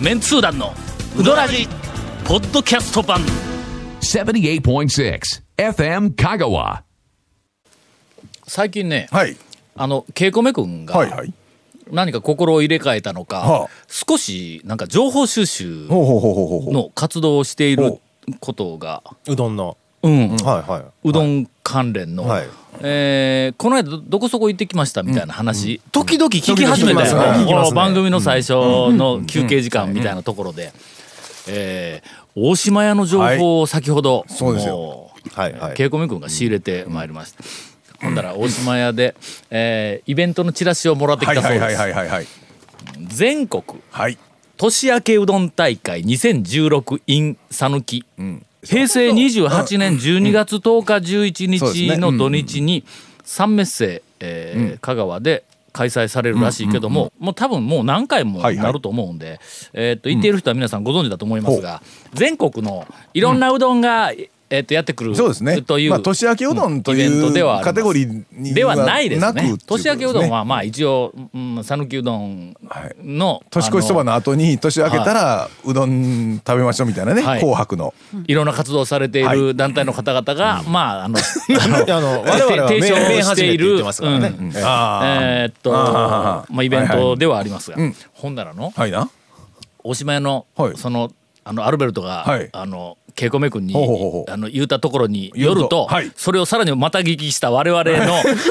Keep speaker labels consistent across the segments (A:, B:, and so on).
A: メンツー団のウドラジポッドキャスト版
B: 78.6 FM Kagawa.
A: 最近ね、
C: はい。
A: あのケイコメ君が
C: はいはい。
A: 何か心を入れ替えたのか、
C: はあ
A: 少しなんか情報収集
C: ほうほうほうほうほうほう。
A: の活動をしている
C: ほ
A: ことが、
D: うどんの
A: うん、
C: はいは
A: うどん関連の、
C: はい
A: えーこの間どどこそこ行ってきましたみたいな話、時々聞き始め
C: 時々聞きま
A: た
C: す
A: よ、
C: ね
A: こ
C: 聞きま
A: の
C: すね
A: 番組の最初の休憩時間みたいなところで、えー大島屋の情報を先ほど、
C: そうですよ
A: もう
C: はいはい
A: 稽古目君が仕入れてまいりました、ほんだら大島屋で、えーイベントのチラシをもらって
C: い。
A: き
C: はい
A: たそう
C: は
A: で
C: い
A: す、
C: はいはいはいはい。
A: 全国
C: はい。
A: 年明けうどん大会 2016in 讃岐、平成28年12月10日11
C: そうですね
A: 日
C: う
A: の
C: ん
A: 土日に三メッセ、えー香川で開催されるらしいけども、もう多分もう何回も
C: はいはい
A: なると思うんで、えーっと行っている人は皆さんご存知だと思いますが、全国のいろんなうどんが、えーっとやってくる
C: そうですね。
A: という、
C: まあ、年明けうどんと
A: イベン
C: い
A: ト
C: う
A: ではあります
C: カテゴリーに
A: ではないです
C: なくってい
A: ね
C: うことで
A: 年
C: すね
A: 明けうどんはまあ一応うん讃岐、うどんの
C: 年越しそばの後に年明けたらうどん食べましょうみたいなね、
A: はい
C: 紅白の
A: いろんな活動をされてい
C: は
A: る団体の方々が、まあ、あの、
D: いや あの我々は
A: 提
D: 名
A: 唱を
D: 名
A: して
D: 始め
A: い
D: って言
A: る、
D: ってますからね、
A: うん
D: ええ
A: えーっと、まあ、イベントではありますが、
C: はいはい
A: 本ならの、
C: はいな
A: おしまいの、
C: はい
A: その、あの、アルベルトが、
C: はい
A: あの、ケイコメ君に
C: ほうほうほうほう
A: あの言ったところに
C: 言
A: よ
C: うと
A: ると、
C: はい
A: それをさらにまた聞きした我々の、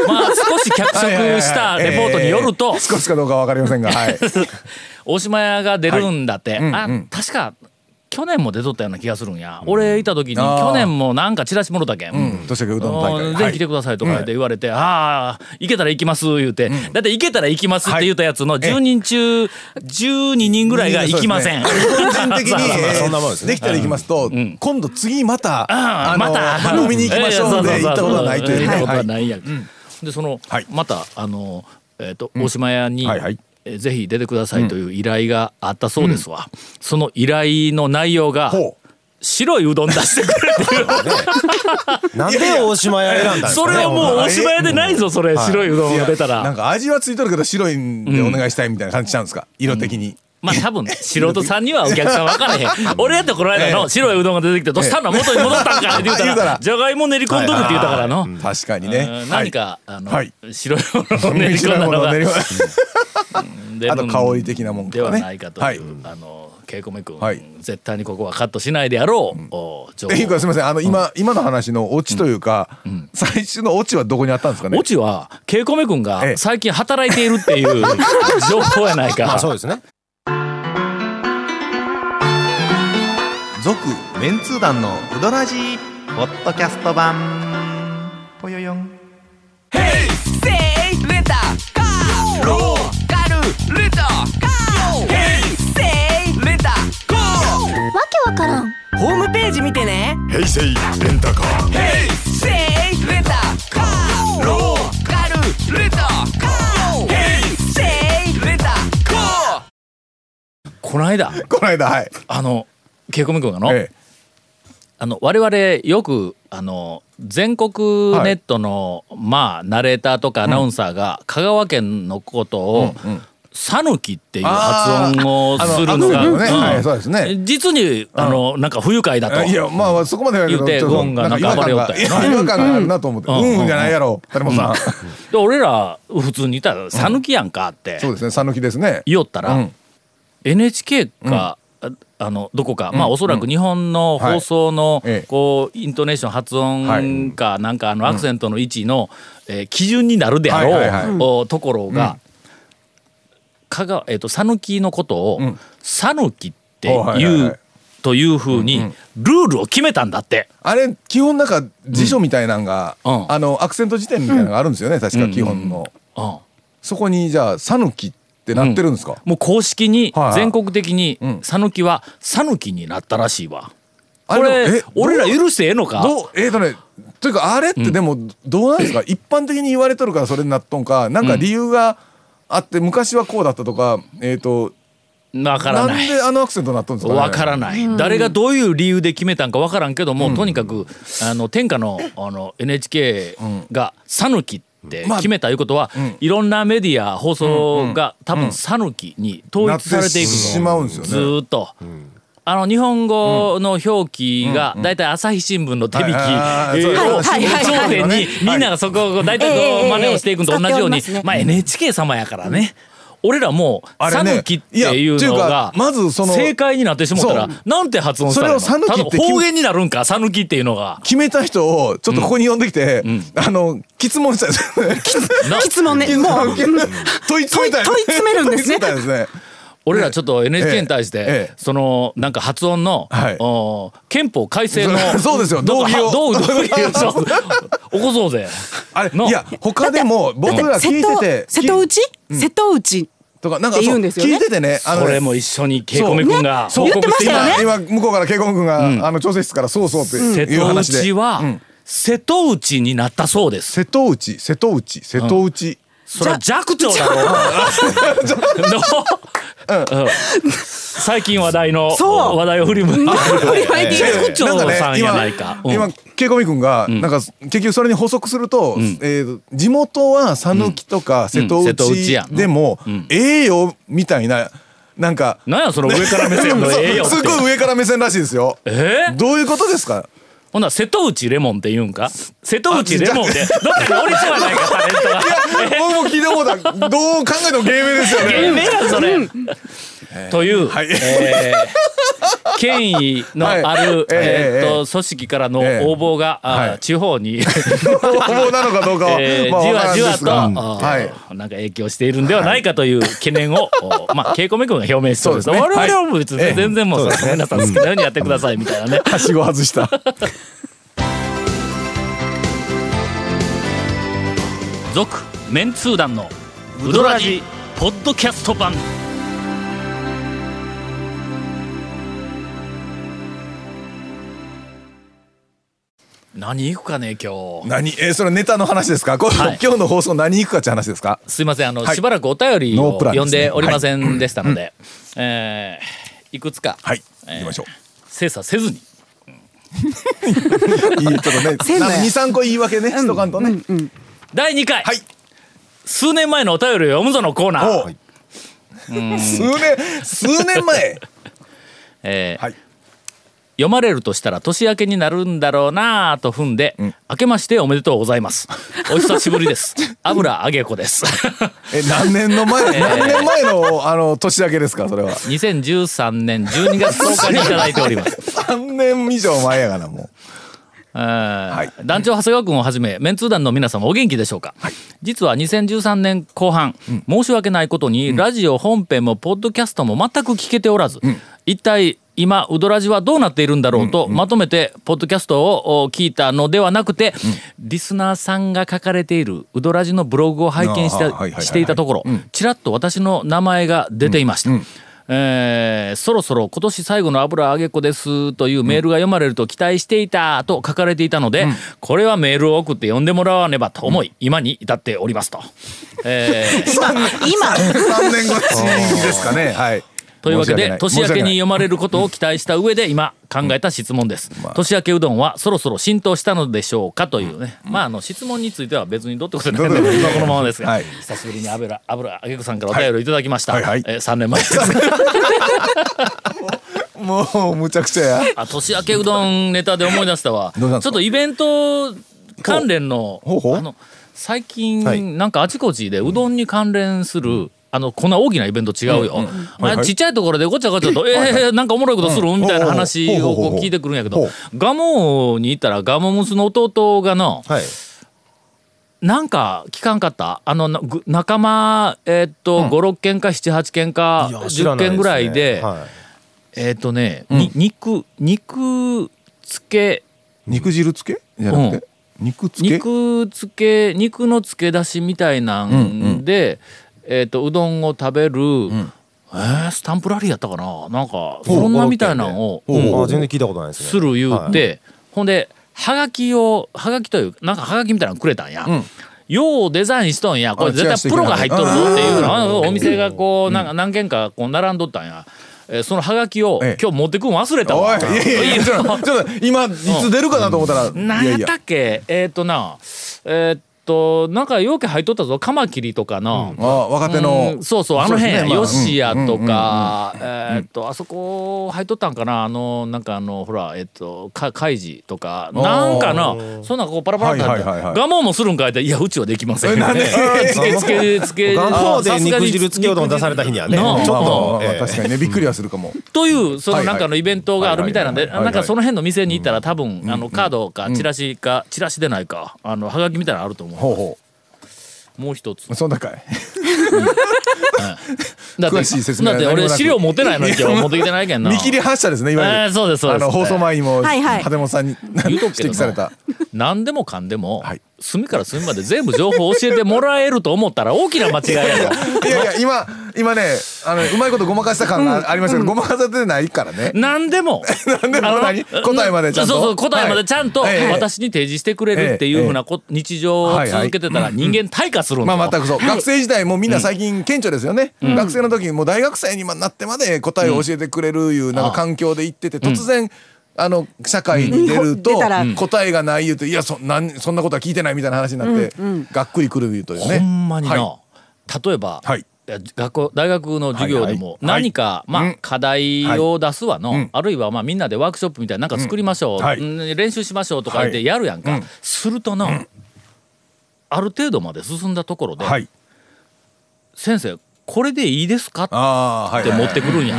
A: まあ、少し脚色したレポートによると、
C: えー少しかどうかわかりませんが はい
A: 大島屋が出るんだって、あ、確か去年も出とったような気がするんや、俺いた時に
C: あー
A: 去年もなんかチラシもろたけん、
C: ん年明けうどんの大会
A: あー
C: は
A: ぜ
C: い
A: ひ来てくださいとかで言われて、ああ行けたら行きます言うて、だって行けたら行きますって言ったやつの10人中12人ぐらいが行きません、
C: 個人 的に、えー
D: そんなもんですね
C: できたら行きますと、今度次また、
A: あまた
C: また飲みに行きまし ょうので行ったことはないというね
A: 行ったこと
C: は
A: はいないや、でその、
C: はい
A: またあのえっ、と大島屋に、
C: はいはい
A: えーぜひ出てくださいという依頼があったそうですわ、その依頼の内容が
C: ほう
A: 白いうどん出してくれ っていう
D: なんで大島屋選んだんです
A: そ
D: かね
A: れはもう大
D: 本
A: 島屋でないぞそれ、白いうどんが出た
C: なん
A: ら
C: か味はついとるけど白いんでお願いしたいみたいな感じちゃうんですか色的に、
A: まあ多分素人さんにはお客さん分 からへん俺やったらこの間の白いうどんが出てきてどうしたの元に戻ったんかって言うた
C: 言うた
A: ら
C: ら
A: じゃがいも練り込んどるって言うたからの、
C: 確かにね、
A: うん何か、あの、
C: はい
A: 白いものを
C: は
A: 練り
C: い
A: 込
C: 白
A: ん
C: い
A: だの
C: ものを
A: が
C: 練り込んだ
A: 出るん
C: あと香り的なもんと
A: で
C: かね
A: はないかと、
C: はいいう
A: あの稽古目君、
C: はい
A: 絶対にここはカットしないでやろう、お情報
C: っていうかすみませんあの今、今の話のオチというか、最終のオチはどこにあったんですかね
A: オチは稽古目君
C: え
A: が
C: え
A: 最近働いているっていう情報やない か、
D: まあそうですね
E: 続メンツー団のウドラジーポッドキャスト版ぽよよん
F: せいレタカーローカルレタカーヘイセイレタカーわけわからんホームページ見てねヘイセイレンタカーヘイセイレンタカーローカルレタカーヘイセイレンタカー
A: この間
C: この間はい、
A: あの稽古目君がの,、
C: ええ
A: あの我々よくあの全国ネットの、まあナレーターとかアナウンサーが、香川県のことを「さぬき」っていう発音を
C: あの
A: するのが、
C: アクセ
A: う
C: ルのね
A: ん
C: はいそうですね
A: 実にあのなんか不愉快だと。
C: いやまあまあそこまでやけ
A: 言
C: ど
A: うて
C: ちょっと
A: ゴンがなんか
C: 違和感
A: 暴
C: が
A: れ
C: い
A: よったよ
C: や違和感があるなと思って「
A: う
C: うんん」うんじゃないやろ谷本さん、
A: で俺ら普通にいたら「さぬきやんか」って
C: そうですね讃岐ですね
A: 言おったら、
C: うん
A: NHK か、ああのどこか、まあおそらく日本の放送の、
C: はいええ
A: こうイントネーション発音か、なんかあのアクセントの位置の、えー基準になるであろう、
C: はいはいはい
A: おところが、香川えっ、と讃岐のことを
C: ん
A: 「讃岐」って
C: おはい
A: い
C: はいはいう
A: というふうにルールを決めたんだって。
C: あれ基本なんか辞書みたいなんが、
A: うん
C: あのアクセント辞典みたいなのがあるんですよね、確か基本の、
A: うん
C: そこにじゃあ「讃岐」ってなってるんですか、
A: もう公式に
C: はいはい
A: 全国的に
C: ん
A: 讃岐は讃岐になったらしいわ。
C: あ
A: これ
C: え
A: 俺ら許してええのか
C: どうえーとねというかあれってでもどうなんですか、一般的に言われとるからそれになっとんかなんか理由があって昔はこうだったとかえっ、と
A: わから
C: な
A: なんい。
C: であのアクセントになっとんですかね
A: わからない、誰がどういう理由で決めたんかわからんけども、とにかくあの天下のあの NHK が「讃岐」って決めたいうことは、いろんなメディア放送が多分讃岐に統
C: なっ
A: 一されていくの
C: しまうんですよね
A: ずーっと。あの日本語の表記が大体朝日新聞の手引きえ
C: はいあー
A: ー
C: そう
A: を
G: はいはい
A: 頂点にみんながそこを大体
G: え
A: こ
G: え
A: う真似をしていくのと同じよう
G: ええええ
A: に
G: 使っておりますね
A: まあ NHK 様やからね俺らもう
C: あれね
A: 讃岐っていうのが
C: いやっていうかまずその
A: 正解になってしもったら
C: そ
A: なんて発音したらいいの
C: それを讃岐って
A: ただ方言になるんか讃岐っていうのが。
C: 決めた人をちょっとここに呼んできて、あの質問したいですね。
A: な
G: 質 問ね、もう、うん
C: 問い詰めたい
G: 問い詰めるんです
C: 問い詰
G: ね
C: めたいですね。
A: 俺らちょっと NHK に対し
C: え
A: て
C: え
A: そのなんか発音の、
C: はい
A: おー憲法改正の
C: そうそうですよ
A: なんか
C: 道義を
A: 道義道義を そう起こそうぜ
C: あれ
A: の
C: いや他でも僕ら聞いてて
G: 瀬戸内瀬戸内
C: とかなんか
G: って言
C: そううん
G: ですよね
C: 聞いててねあ
A: そ
C: のね
A: れも一緒にケイコメ君が
G: そ
A: 報
G: うね
A: 告してい
G: 言ってましたよね
A: た
C: 今向こうから慶吾君が、あの調整室からそうそうっ
A: 瀬
C: ていう
A: 戸
C: 話で。
A: 内は瀬戸内になったそうです
C: 瀬戸内瀬戸内瀬戸内。
A: それは寂聴だろ うのうん最近話題の
G: そう
A: 話題を振り向いて
G: 振りまいている
A: 寂聴さんやないかうん
C: 今ケイコミ君がなんか結局それに補足すると、えー地元は讃岐とか瀬戸
A: うん瀬戸内や
C: 内でもええよみたいななんか
A: なんやその上から目線 のええよっ
C: すご
A: て
C: い上から目線らしいですよ。
A: えー
C: どういうことですか。
A: ほんなら瀬戸内レモンって言うんか瀬戸内レモンでどっかにおりそうやないかタレントが
C: 僕も聞いたことあるどう考えても芸名ですよ
A: 芸
C: ね。
A: 名やそれ、という、
C: はい
A: えー権威の
C: はい
A: ある、
C: え
A: え
C: え
A: ーっ
C: え
A: と組織からの応
C: ええ
A: 募が、あー
C: はい
A: 地方 に、
C: 本うなのかどうかは、
A: えー
C: まあ
A: じ
C: わから
A: わ
C: ん
A: じ
C: で
A: わ
C: す
A: と、
C: が、
A: あー
C: はい。
A: なんか影響しているんではないかという懸念を、おまあ稽古目君が表明してるんです
C: そうですね
A: 我々はもう別に
C: はい
A: 全然もう、皆さん好きなようにやってくださいみたいなね。
C: はしご外した。
A: 続メンツー団のウドラジポッドキャスト版何行くかね今日
C: 何 えーそれネタの話ですか。これ
A: はい
C: 今日の放送何行くかって話ですか。
A: すいませんあの、
C: はい
A: しばらくお便りを
C: ノープランですね
A: 読んでおりませんでしたので、えーいくつか
C: はい。行きましょう。
A: 精査せずに
C: いいちょっ とね
G: せんのや
C: 二三個言い訳ねしとかんとね、
A: 第2回、
C: はい
A: 数年前のお便りを読むぞのコーナー、
C: おう 数年数年前
A: えー
C: はい
A: 読まれるとしたら年明けになるんだろうなぁと踏んで、明けましておめでとうござい ますお久しぶりです油揚げ子です
C: え何年の前、何年前のあの年明けですかそれは
A: 2013年12月10日にいただいております
C: 三年以上前やがなも
A: えー団長長谷川君をはじめメンツー団の皆様お元気でしょうか、実は2013年後半、申し訳ないことに、ラジオ本編もポッドキャストも全く聞けておらず、一体今ウドラジはどうなっているんだろうと、まとめてポッドキャストをお聞いたのではなくて、リスナーさんが書かれているウドラジのブログを拝見し
C: あーはいはいはいは
A: た
C: い
A: していたところ、ちらっと私の名前が出ていました。えーそろそろ今年最後の油揚げ子ですというメールが読まれると期待していたと書かれていたので、これはメールを送って読んでもらわねばと思い、今に至っておりますと。えー
G: 今
C: う
G: 今
C: 三年後ですかねはい
A: というわけで
C: 申し
A: 年明
C: 訳
A: け
C: ない
A: に読まれることを期待した上で今考えた質問です、年明けうどんはそろそろ浸透したのでしょうかというね、まああの質問については別にどうってことないの
C: ど
A: で
C: うぞ
A: 今このままですが、
C: はい
A: 久しぶりに油油揚げ子さんからお便りをいただきました、
C: はいはい
A: えー、3年前です
C: もうむちゃくちゃや
A: あ年明けうどんネタで思い出したわ
C: どうしたんですか
A: ちょっとイベント関連の
C: ほうほうほう
A: あの最近、
D: はい
A: なんかあちこちでうどんに関連する、あのこんな大きなイベント違うよ、
C: はい
A: あ
C: はい
A: ちっちゃいところでごちゃごちゃと「えー、なんかおもろいことする?」みたいな話をこう聞いてくるんやけ
C: ほ
A: ど
C: うほ
A: ガモに行ったらガモムスの弟がの
D: はい。
A: なんか聞かんかったあのなぐ仲間えーっと、56件か78件か
D: いや知
A: 10
D: らな
A: 件
D: すね
A: ぐらいで。
D: は
A: えっ、とね、に肉肉つけ
C: 肉汁つけじゃなくて、肉つけ
A: 肉つけ肉のつけ出しみたいなんで、えっ、とうどんを食べる、えースタンプラリーやったかななんかそんなみたいなのを
D: い。うんあ全然聞いたことないですね。
A: する言うて、ほんではがきをはがきというなんかはがきみたいなのくれたんや。ようデザインしとんやこれ絶対プロが入っとるぞっていうのをお店がこうなんか何軒かこう並んどったんや、えーそのはがきを
C: ええ
A: 今日持ってくん忘れた
C: お
A: わ
C: いいやいやいやちょっとちょっと今いつ出るかなと思ったら、
A: なんやったっけえっ、となえっ、となんか容器入っとったぞカマキリとかの、
C: ああ若手の
A: うんそうそうあの
C: そうです
A: 辺
C: ねまあ
A: ヨシヤとかえーっとあそこ入っとったんかなあのなんかあのほらえっとかカイジとか
C: あー
A: なんかなそんなんこうパラパラってあって
C: はいはいはいはい
A: 我慢もするんかいっていやうちはできません
C: なんで
A: つけ つけ つけ
D: 願望で
A: さすが
D: 肉
A: に
D: 汁つけようとも出された日にはね、ち
A: な
D: ょ
A: あ
D: っ
C: まあまあま
D: と
C: あ、
D: ええ
C: 確かにねびっくりはするかも、
A: というそ
C: は
A: の
C: いはい
A: なんかのイベントがあるみたいなんで
C: はいはいはい
A: なん
C: はいは
A: か
C: い
A: その辺の店に行ったら多分あのカードかチラシかチラシでないかあのハガキみたいなのあると思
C: ほうほ
A: うもう一つ
C: うそんなかい
A: だって
C: 詳しい説明
A: だって
C: 何も
A: 俺
C: なく
A: 資料持ってないのに今日持ってきてないけんな
C: 見切り発車ですねいわゆる、
A: えーそうですそうです
C: あの放送前にも
G: はいはい
C: 派手もさんに
A: 言
C: 指
A: うとくけど
C: 摘
A: な
C: された
A: 何でもかんでも、
C: はい
A: 隅から隅まで全部情報教えてもらえると思ったら大きな間違いや ろ
C: いやいや今今ねあのうまいことごまかした感がありましたけど、ごまかされてないからね
A: 何でも何
C: でも何答えまでちゃんと
A: そうそう答えまでちゃんと
C: はいええ
A: 私に提示してくれるっていうふうなこ日常を続けてたら人間退化するんだ
C: ま
A: よ
C: あ全くそう、学生時代もうみんな最近顕著ですよね、学生の時にもう大学生になってまで答えを教えてくれるいうなんか環境で行ってて突然、あの社会に出る
G: うん
C: と
G: 出たら
C: 答えがない言うて「いやそなんそんなことは聞いてない」みたいな話になって、がっくりくる言うというね。
A: ほんまにな、
C: は
A: 例えば、
C: はい
A: 学校大学の授業で
C: はい
A: も
C: はい
A: 何か、まあ
C: うん
A: 課題を出すわの、
C: ん
A: あるいはまあみんなでワークショップみたいななんか作りましょう、
C: うんはい
A: うん練習しましょうとか言ってやるやんか、
C: はいうん
A: するとな、ある程度まで進んだところで、
C: はい、
A: 先生これでいいですか
C: あー
A: っ
C: はい
A: て
C: はい
A: 持ってくるんや、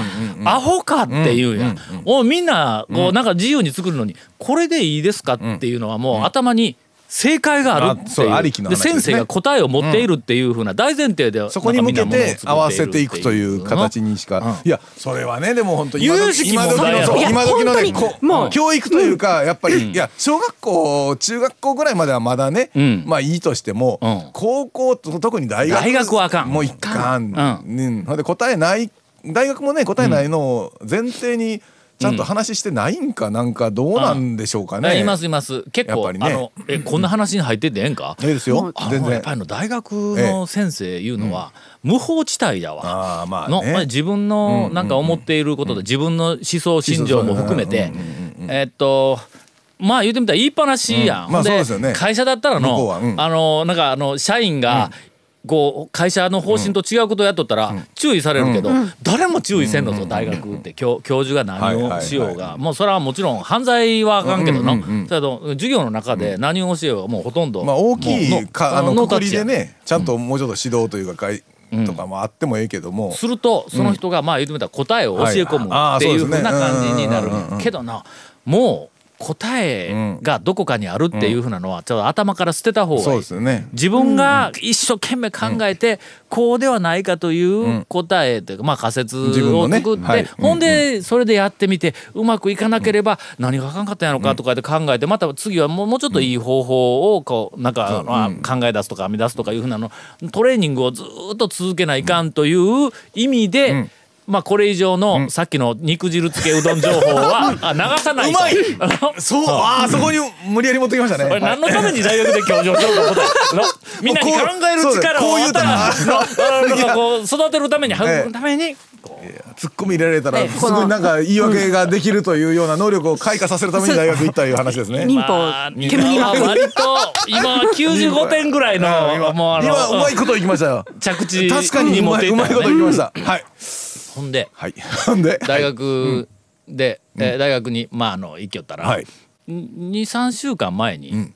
A: アホかって言うやん、おみんなこうなんか自由に作るのにこれでいいですかっていうのはもう頭に正解がある
C: あ
A: って
C: そ
A: いうう
C: ありきの話ですね
A: 先生が答えを持っているっていうふうな大前提で
C: そこに向け
A: なんかみんなものを
C: て合わせていくという形
A: に
C: にしか、
A: うん
C: いやそれはねでも本当今
A: 有
C: 時
A: 識
C: 今時
A: 問題
C: の
A: や
C: そ
A: ろ
C: う今時の
G: い
C: ね
G: や
C: こ
G: 本当にもう
C: 教育というかやっぱり、いや小学校中学校ぐらいまではまだね、
A: うん
C: まあいいとしても、
A: うん
C: 高校と特に大学
A: 大学はあかん
C: もういかん、
A: う
C: ねほんで答えない大学もね答えないのを前提にちゃんと話してないんかなんかどうなんでしょうかね、
A: いますいます結
C: やっ
A: 構、
C: ぱりね
A: あのえこんな話に入っててええんか、
C: いいですよ
A: あ
C: 全
A: のやっ
C: 然
A: ぱりの大学の先生いうのは無法地帯だわ。
C: ああまあ
A: のまあ
C: ね
A: 自分のなんか思っていることで自分の思想信条も含めてえっとまあ言うてみたら言いっぱなしやん、
C: うんまあ
A: ほん
C: そうですよね
A: 会社だったら
C: 向こうは
A: の、
C: うん
A: あのなんかあの社員が、こう会社の方針と違うことをやっとったら注意されるけど、誰も注意せんのぞ大学って教教授が何をしようが、
C: はいはいは
A: もうそれはもちろん犯罪はあかんけどな、
C: うんうんうんうん
A: それと授業の中で何を教えようがもうほとんど、
C: まあ、大き
A: もう
C: いかあの
A: ノ
C: く
A: ータッ
C: くり
A: チや
C: でねちゃんともうちょっと指導というか会とかもあってもええけども、
A: するとその人がまあ言ってみたら答えを教え込む
C: はい
A: っていうふう
C: あーそうですね
A: な感じになるん
C: うんうんうんう
A: や
C: ん
A: けどなもう答えがどこかにあるっていうふうなのはちょっと頭から捨てた方が
C: そう
A: いい
C: ですよね
A: 自分が一生懸命考えてこうではないかという答えというかまあ仮説
C: 自分の
A: を
C: ね
A: 作っ
C: は
A: て
C: い
A: ほんでそれでやってみてうまくいかなければ何があかんかったんやろかとかで考えてまた次はもうもうちょっといい方法をこうなんかまあ考え出すとか編み出すとかいうふうなのトレーニングをずーっと続けないかんという意味で。まあこれ以上のさっきの肉汁つけうどん情報はあ流さないと
C: うまい
A: あの
C: そうああそこに無理やり持ってきましたね
A: これ何のために大学で教授をしようと思ったののみんなに考える力をまたのこう育てるために
C: え
A: 育むために
C: ツッコミ入れられたら
G: ええ
C: す
G: この
C: ごいなんか言い訳ができるというような能力を開花させるために大学行ったという話です ね。
G: 忍
A: まあ
G: 法
A: みん
G: 煙に
A: な
G: ま
A: は
G: く
A: 割と今は95点ぐらいのもうあ
C: 今うま
A: の
C: いこと言いましたよ。
A: 着地
C: 確かに
A: に
C: う
A: 持っ
C: まい
A: て
C: う
A: いっ
C: まい
A: た
C: こと
A: よ
C: 言い
A: ね
C: ました。はい
A: ほんで
C: はい。なんで
A: 大学でえー大学にまああの行きよった
C: は
A: ら
C: い
A: 23週間前に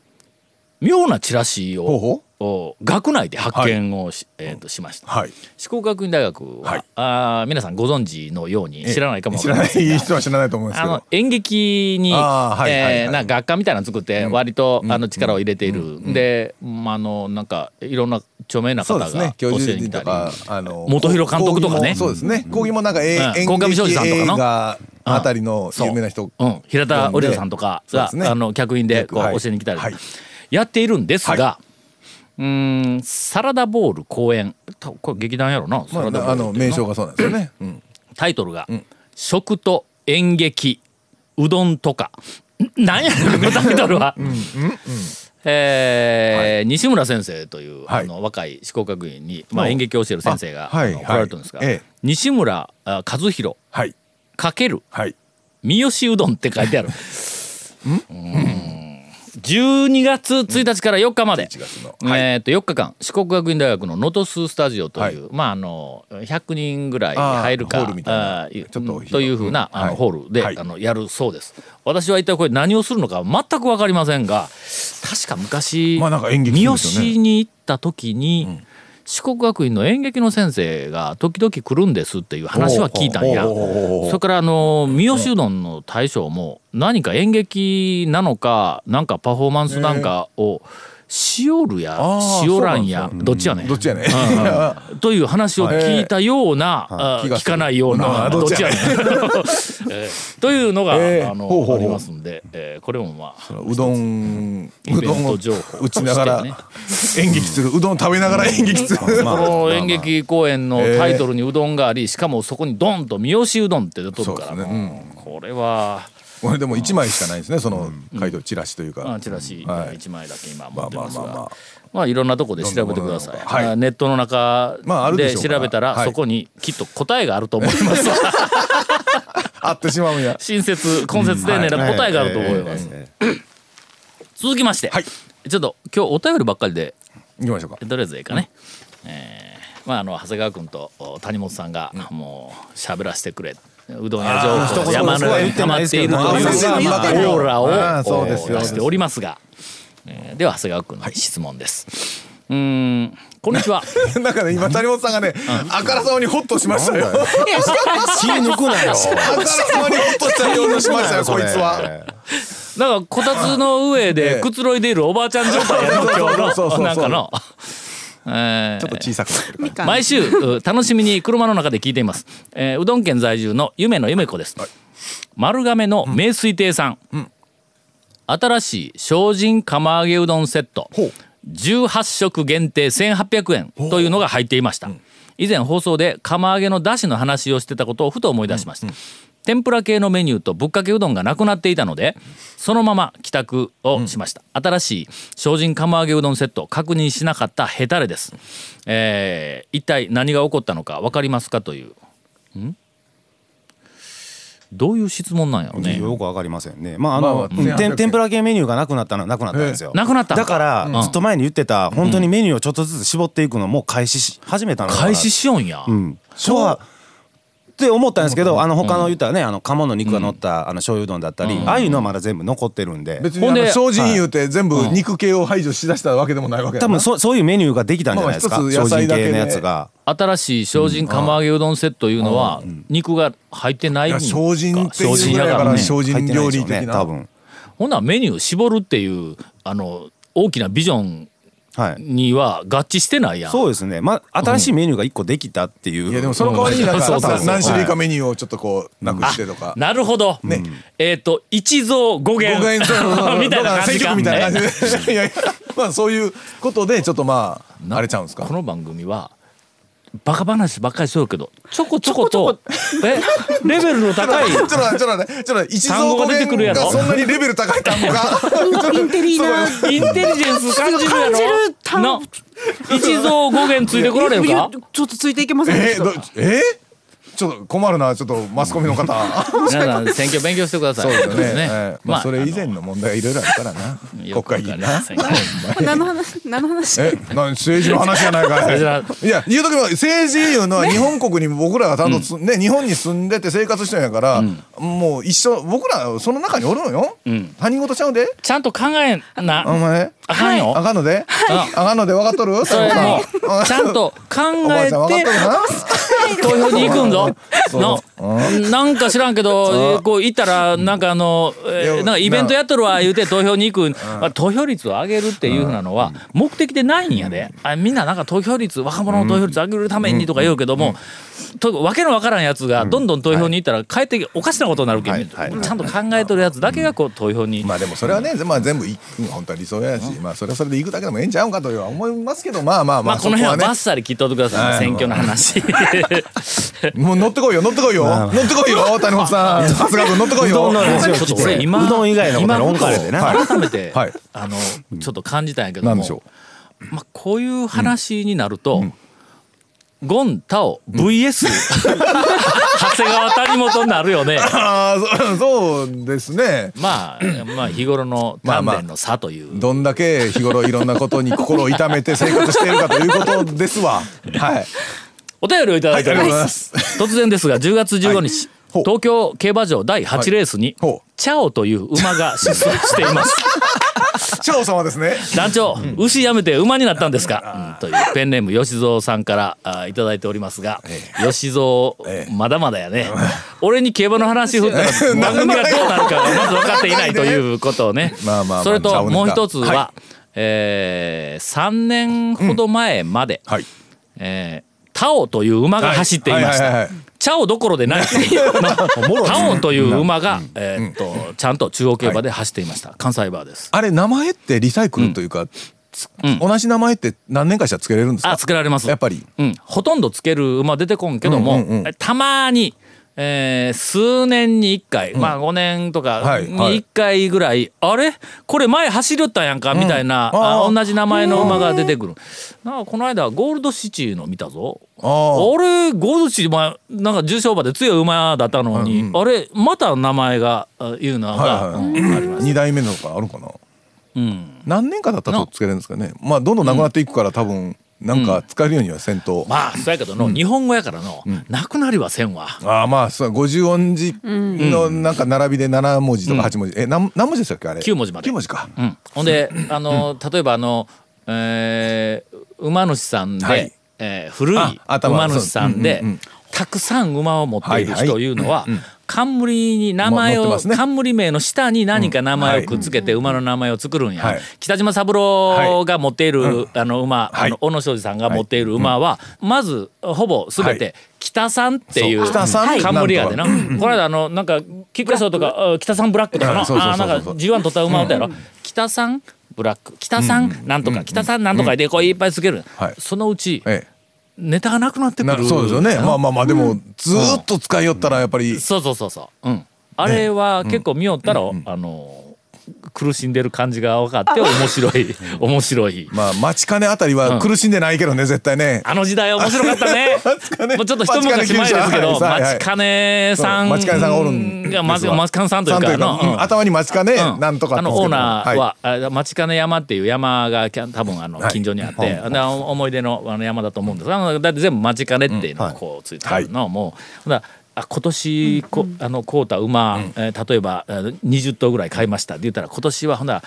A: 妙なチラシ
C: ほう
A: を
C: ほ
A: を学内で発見をし,、えーとしました
C: う。はい。
A: 四国学院大学は、
C: はい
A: あー皆さんご存知のように知らないかもわ
C: 知
A: から
C: ら
A: な
C: ないい人は知らないと思うんです
A: あ
C: け
A: の
C: ど。
A: 演劇に、
C: あーはいはいはい
A: えーなんか学科みたいなの作って割と、あの力を入れている、で、まあ、あのなんかいろんな著名な
C: そ
A: 方
C: う
A: が
C: ですね。
A: 教
C: 教
A: え
C: 授
A: に来
C: 陣
A: た
C: と
A: り、
C: かあの
A: 元広監督とかね
C: 講義もそうですね。講義もなんかえ
A: うん
C: 演
A: 鴻上尚史さ
C: 劇
A: んとか
C: 映
A: の
C: 画あたりの有名な人。
A: うん、平田織田さんとか
C: そうで
A: が、
C: すね
A: あの客員でこう、
C: はい
A: 教えに来たり、
C: はい
A: やっているんですが、うーんサラダボール公演とこれ劇団やろな、サ
C: ま
A: ラダボール
C: ああの
A: っていう
C: 名称がそうなんですよね。うん
A: タイトルが「食と演劇うどんとか」なんやねんこのタイトルは。えー西村先生という、
C: はい
A: あの若い四国学院に、まあ、
C: うん
A: 演劇を教える先生が
C: あはい
A: あの来られてるんですが、
C: はいええ
A: 西村あ和弘
C: はい
A: かける
C: はい。
A: 三好うどんって書いてある。うーん12月1日から4日まで、
C: 1月の
A: えー、と4日間四国学院大学の能登ススタジオという、まああの100人ぐらい入るか
C: あーホールみたいな
A: あー
C: ちょっと広い
A: というふうな、あ
C: は
A: の
C: い
A: ホールで、
C: はい
A: あのやるそうです私は一体これ何をするのか全く分かりませんが確か昔、
C: まあなんか演劇
A: 三
C: そうですよね
A: 好に行った時に、四国学院の演劇の先生が時々来るんですっていう話は聞いたんや
C: おうおうおうおうおう
A: それからあの三好うどんの大将も何か演劇なのかなんかパフォーマンスなんかをしおるや
C: あー
A: しおらん
C: そう
A: や
C: なんですよ
A: どっちやねん
C: どっちやね
A: という話を聞いたようなあ
C: 気
A: ー
C: が
A: 聞
C: する
A: かないよう
C: ま
A: な
C: あ
A: ど
C: ど
A: っ
C: っ
A: ち
C: ち
A: や
C: や
A: ね
C: ね
A: ん えーというのが
C: えー
A: あ
C: ほうほうほ
A: の
C: う
A: ありますんでえーこれもまあ
C: うどんう
A: イベン
C: どん
A: ト
C: を
A: 情報
C: 打ちなが
A: としてね
C: ら演劇するうどんを食べながら演劇する
A: こ の演劇公演のタイトルにうどんがありしかもそこにドンと三好うどんって出とるから
C: そうですね
A: もうこれは。
C: これでも1枚しかないですねその回答チラシというか、
A: あチラシ
C: はい
A: 1枚だけ今持ってます
C: まあまあまあ
A: が
C: まあ
A: まあいろんなとこで調べてください
C: どんなものなのかはい
A: あネットの中
C: まああるで
A: で
C: しょうから
A: 調べたら
C: はい
A: そこにきっと答えがあると思います
C: あってしまうんや
A: 親切根節丁寧な答えがあると思います
D: ええ
A: 続きまして
C: はい
A: ちょっと今日お便りばっかりで
C: 行きましょうか
A: とりあえずええかねえーまああの長谷川君とお谷本さんがもう喋らせてくれうどん屋情報が山のように溜まっていると
D: あ
A: い
D: ー
A: う
D: 一言もそうは言ってないですけ
A: ま
D: ど
A: あオーラを
D: あーそうですよ
A: 出しておりますがえーでは長谷川君の質問ですうーんこんにちは
C: なんかね今谷本さんがね、あからさまにホッとしましたよ。あか
G: いやしてない
D: 気抜く なよ。
C: らさまにホッとしたようなしましたよこいつは。
A: なんかこたつの上
C: え
A: で
C: え
A: くつろいでいるおばあちゃん状態やの今
C: そうそ
A: 日の
C: うそうそう
A: なんかのえー
C: ちょっと小さくなってるから。
G: みかん
A: 毎週う楽しみに車の中で聞いています、えーうどん県在住の夢の夢子です、丸亀の名水亭さん、新しい精進釜揚げうどんセット
C: ほう
A: 18食限定1800円というのが入っていました、以前放送で釜揚げの出汁の話をしてたことをふと思い出しました、天ぷら系のメニューとぶっかけうどんがなくなっていたのでそのまま帰宅をしました、新しい精進釜揚げうどんセット確認しなかったヘタレです、えー一体何が起こったのか分かりますかというんどういう質問なんやろうね
D: よくわかりませんね。まああ
C: まあ
D: の
C: まあ
D: 天
C: 1800
D: 天ぷら系メニューがなくなったのはな くなったんですよ。
A: なくなったんか
D: だから
A: うん
D: ずっと前に言ってた本当にメニューをちょっとずつ絞っていくのもう開始し始めたのかな。
A: 開始しようんや、
D: うん、そうはって思ったんですけどあの他の言ったらねあの鴨の肉が乗ったあの醤油うどんだったりああいうのはまだ全部残ってるんで
C: 別に
A: ほ
C: あ
A: んで
C: の精進言うて全部肉系を排除しだしたわけでもないわけだ
D: 多
C: な
D: 分そそういうメニューができたんじゃないですか
C: まあ一つ
D: 精
C: 野
D: 進
C: 菜だけ
D: 系
C: で
D: のやつが
A: 新しい精進釜揚げうどんセットいうのは肉が入ってない
C: い
A: んか
C: や精進って
A: 精
C: いう
A: 進
C: ぐ
A: や
C: らいだ
A: か
C: からら
A: ね
C: 精進料理的
D: 入っていでしょうね多
C: な。
D: 分
A: ほなメニュー絞るっていうあの大きなビジョン
D: はい
A: には合致してないやん
D: そうですねまあ新しいメニューが一個できたっていう
C: いやでもその代わりになん
A: そうそう
C: か
A: そう
C: 何種類かメニューをちょっとこうなくしてとか。
A: なるほど、えっ、と一増五
C: 五
A: 減
C: 円と
A: みたいな感じか
C: みたいな感じで。いやいやまあそういうことでちょっとまああれちゃうんですか
A: こ。の番組はバカ話ばっかりしとるけどちょこちょことえレベルの高い
C: ちょっと待ってちょっと待ってちょっと待って一
A: 単語
C: 蔵
A: が出てくるやろ
C: そんなにレベル高い単語が
G: インテリな
A: インテリジェンス感じるやろ
G: 感じる単
A: な一増五減ついてこられる
G: い
A: か
G: やちょっとついていけませんで
C: え
G: し
C: ーど
G: た
C: えーちょっと困るなちょっとマスコミの方
A: 皆 さん選挙勉強してください
C: そうだよね
A: ね
C: えーまあそれ以前の問題がいろいろあるからな
A: よ
C: 国
A: くわか
C: 会議員
A: りま
C: な
A: せんが
G: 何の話何の話
C: え なん政治の話じゃな いかい
A: 政治
C: いや言うときも政治いうのは日本国に僕らがちゃんとつ、ね日本に住んでて生活してんやから、もう一緒僕らその中におるのよ、
A: ん
C: 他人事ちゃうで
A: ちゃんと考えな
C: お前
A: あかんよ、
C: あかんので、
A: はい
C: あかんので分かっとる
A: それも
C: そ の
A: ちゃんと考
C: おばあ
A: え
C: ちゃん分かっと
A: て
C: るな
A: 投票に行くんぞのなんか知らんけどえーこう行ったらなんかあのえー
C: い
A: な
C: や
A: んかイベントやっとるわ言うて投票に行くまあ投票率を上げるっていうふうなのは目的でないんやであみんななんか投票率若者の投票率上げるためにとか言うけどもとわけのわからんやつがどんどん投票に行ったらかえっておかしなことになるけんちゃんと考えとるやつだけがこう投票に
C: まあでもそれはね、まあ、全部い本当は理想やし、まあそれはそれで行くだけでもええんちゃうんかとは思いますけどまあまあま
A: まあ
C: あ
A: この
C: そ
A: 辺は
C: ね
A: バッサリ切っとってください
C: はい
A: 選挙の話
C: もう乗ってこいよ乗ってこいよ乗ってこいよ谷本 さん長谷川君乗ってこいう
D: ど
C: よ
D: んの 話を
A: ちょっ
D: し
A: と俺
D: て
A: 今
D: うどん以外のことは
A: 今
D: 論考でな
A: 改めて、
C: はい
A: あのちょっと感じたんやけども
C: 何でしょ
A: まあ、こういう話になると、ゴンタオ VS、長 谷川谷本になるよね
C: ああ、そ そうですね。
A: まあまあ日頃の鍛錬の差という、
C: どんだけ日頃いろんなことに心を痛めて生活しているかということですわ。はい。
A: お便りをいただいており
C: はいありがとうござい
A: ま
C: ますす。
A: 突然ですが、10月15日、
C: ほう
A: 東京競馬場第8レースに、
C: はいほう
A: チャオという馬が出走しています。
C: チャオ様ですね。
A: 団長、牛やめて馬になったんですか、うんというペンネーム吉蔵さんからあいただいておりますが、吉蔵、
C: ええ
A: まだまだやね。俺に競馬の話振った
C: え
A: ら
C: え。
A: 番組がどうなるかがまず分かっていないということをね
C: まあまあまあ
A: それともう一つは、
C: は
A: え3年ほど前まで、
C: はい。
A: えータオという馬が走っていまし
C: はいはいはい
A: た
C: はい。
A: チャオどころで ない。タオという馬が、えーっと、ちゃんと中央競馬で走っていました。関西バーです。
C: あれ名前ってリサイクルというか、つ同じ名前って何年かしたらつけれるんですか。
A: あ、つけられます。
C: やっぱり。
A: うん、ほとんどつける馬出てこんけども、
C: うんうんうん
A: えたまに。えー数年に1回、まあ5年とか
C: はい
A: に
C: はい
A: 1回ぐらい、あれこれ前走りよったやんかみたいな、
C: あー
A: あ同じ名前の馬が出てくるなんかこの間ゴールドシチーの見たぞ
C: あー
A: あれゴールドシチーまあなんか重賞馬で強い馬だったのに、あれまた名前があいうのが、
C: はいはい。二代目のがあるかな。
A: うん、
C: 何年かだったらちょっとつけれるんですかね。まあどんどんなくなっていくから多分なんか使えるようには戦闘。
A: まあそうやけどの、日本語やからの、なくなりはせんわ。
C: ああまあそう50音字のなんか並びで7文字とか8文字、え何何文字でしたっけあれ
A: 九文字まで
C: 9文字か、
A: うん、ほんであの例えばあの、えー馬主さんで、
C: はい
A: えー古い
C: あ頭
A: 馬主さんで、
C: そううんうんうん
A: たくさん馬を持っている
C: はいはい
A: 人というのは、冠に名前
C: も持
A: を、
C: ってますね
A: 冠名の下に何か名前をくっつけて馬の名前を作るんや、
C: はい
A: 北島三郎が持っている、あの馬、
C: はい
A: あの小野庄司さんが持っている馬は、まずほぼ全て、
C: はい
A: 北さんっていう
C: そう北さん
A: うん冠やでな
C: なん
A: この間あのなんか菊花賞とかあ北さんブラックとかな
C: うんそうそうそう
A: あ
C: そう
A: なんか G1 取った馬だやろ北さんブラック北さんなんとか北さんなんとかでこういっぱいつける
C: はい
A: そのうち
C: え
A: ネタがなくなって
C: え、
A: く
C: な
A: る
C: そうですよねまあまあまあでもずーっと使いよったらやっぱり、
A: そうそうそうそううんあれは結構見よったらあの苦しんでる感じが分かって面白い面白い
C: まあ町金あたりは苦しんでないけどね絶対ね、
A: あの時代面白かった ね。
C: 金
A: もうちょっと一昔前ですけど、
C: はいはい
A: 町金さん。
C: そう町金さんがおるんですわ
A: いや、まず、町金さんというか、あの
C: うん頭に町金、
A: うん
C: なんとか
A: あ
C: って
A: の
C: つけ
A: オー
C: て
A: ナー
C: は
A: は、あ町金山っていう山がきゃ多分あの
C: はい
A: 近所にあって、
C: はい
A: で思い出のあの山だと思うんですあのだって全部町金っていうのが
C: うん
A: こうついてあるの、もうほんならあ今年こ、あの買うた馬、えー例えばえー20頭ぐらい買いましたって言ったら今年はほんなら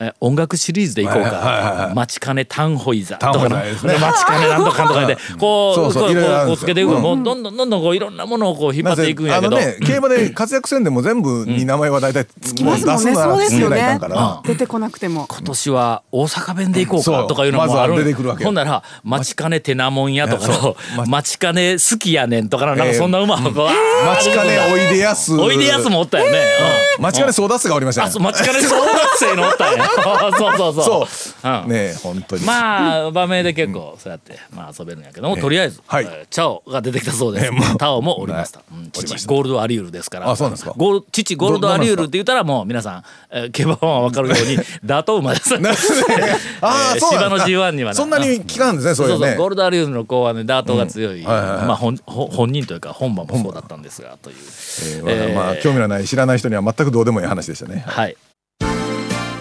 A: えー音楽シリーズでいこうか、町金タンホイザーとか
C: タンホイザーですね
A: 町金なんとかとかでこう
C: そうそう
A: こ
C: いろいろあ
A: こ
C: るん
A: こうつ
C: ですよ
A: けていく、もうどんどんどんどんこういろんなものをこう引っ張
C: な
A: って
C: ぜ
A: いくん
C: あ
A: やけ
C: の
A: ど。
C: ね競馬で活躍せんでも全部に名前は大体つ
G: きますもんね
C: 出
G: そうですよ
C: つけないか
G: ね
C: んから、
G: 出てこなくても
A: 今年は大阪弁で行こう
C: そ
A: か
C: う
A: とかいうのもある,、
C: まずは出てくるわけよ
A: ほんなら「町金てなもんや」とか の
C: いやそ
A: 「
C: う
A: 町金好きやねん」とかのなんか
C: ええ
A: そんな馬をこう、あー
C: 町金おいでやす
A: おいでやすもおったよね、うん
C: 町金ソーダスがおりましたね
A: あそう町金小学生のおったよね そうそうそう
C: そう、
A: うん
C: ねえ本当に
A: まあ場面で結構そうやって、まあ、遊べるんやけども、とりあえず、
C: はい
A: えーチャオが出てきたそうです、
C: えもう
A: タオもおりました、うん
C: おりまし
A: 父
C: た
A: ゴールドアリュールですから
C: あそうなんですか
A: ゴール父ゴールドアリュールって言ったらもう皆さん、えー競馬ファンは分かるよ うに打倒馬です
C: ああ、
A: えー
C: そうなんだ
A: 芝の G1 にはな
C: そんなに効かんですね、そうい
A: そううそう
C: ね。
A: ゴールドアリュールの子はねダートが強い、
C: はいはいはい
A: まあ本本本人というか本場もそうだったんですがという、
C: えーまあ、まあ興味のない知らない人には全くどうでもいい話でしたね。
A: はい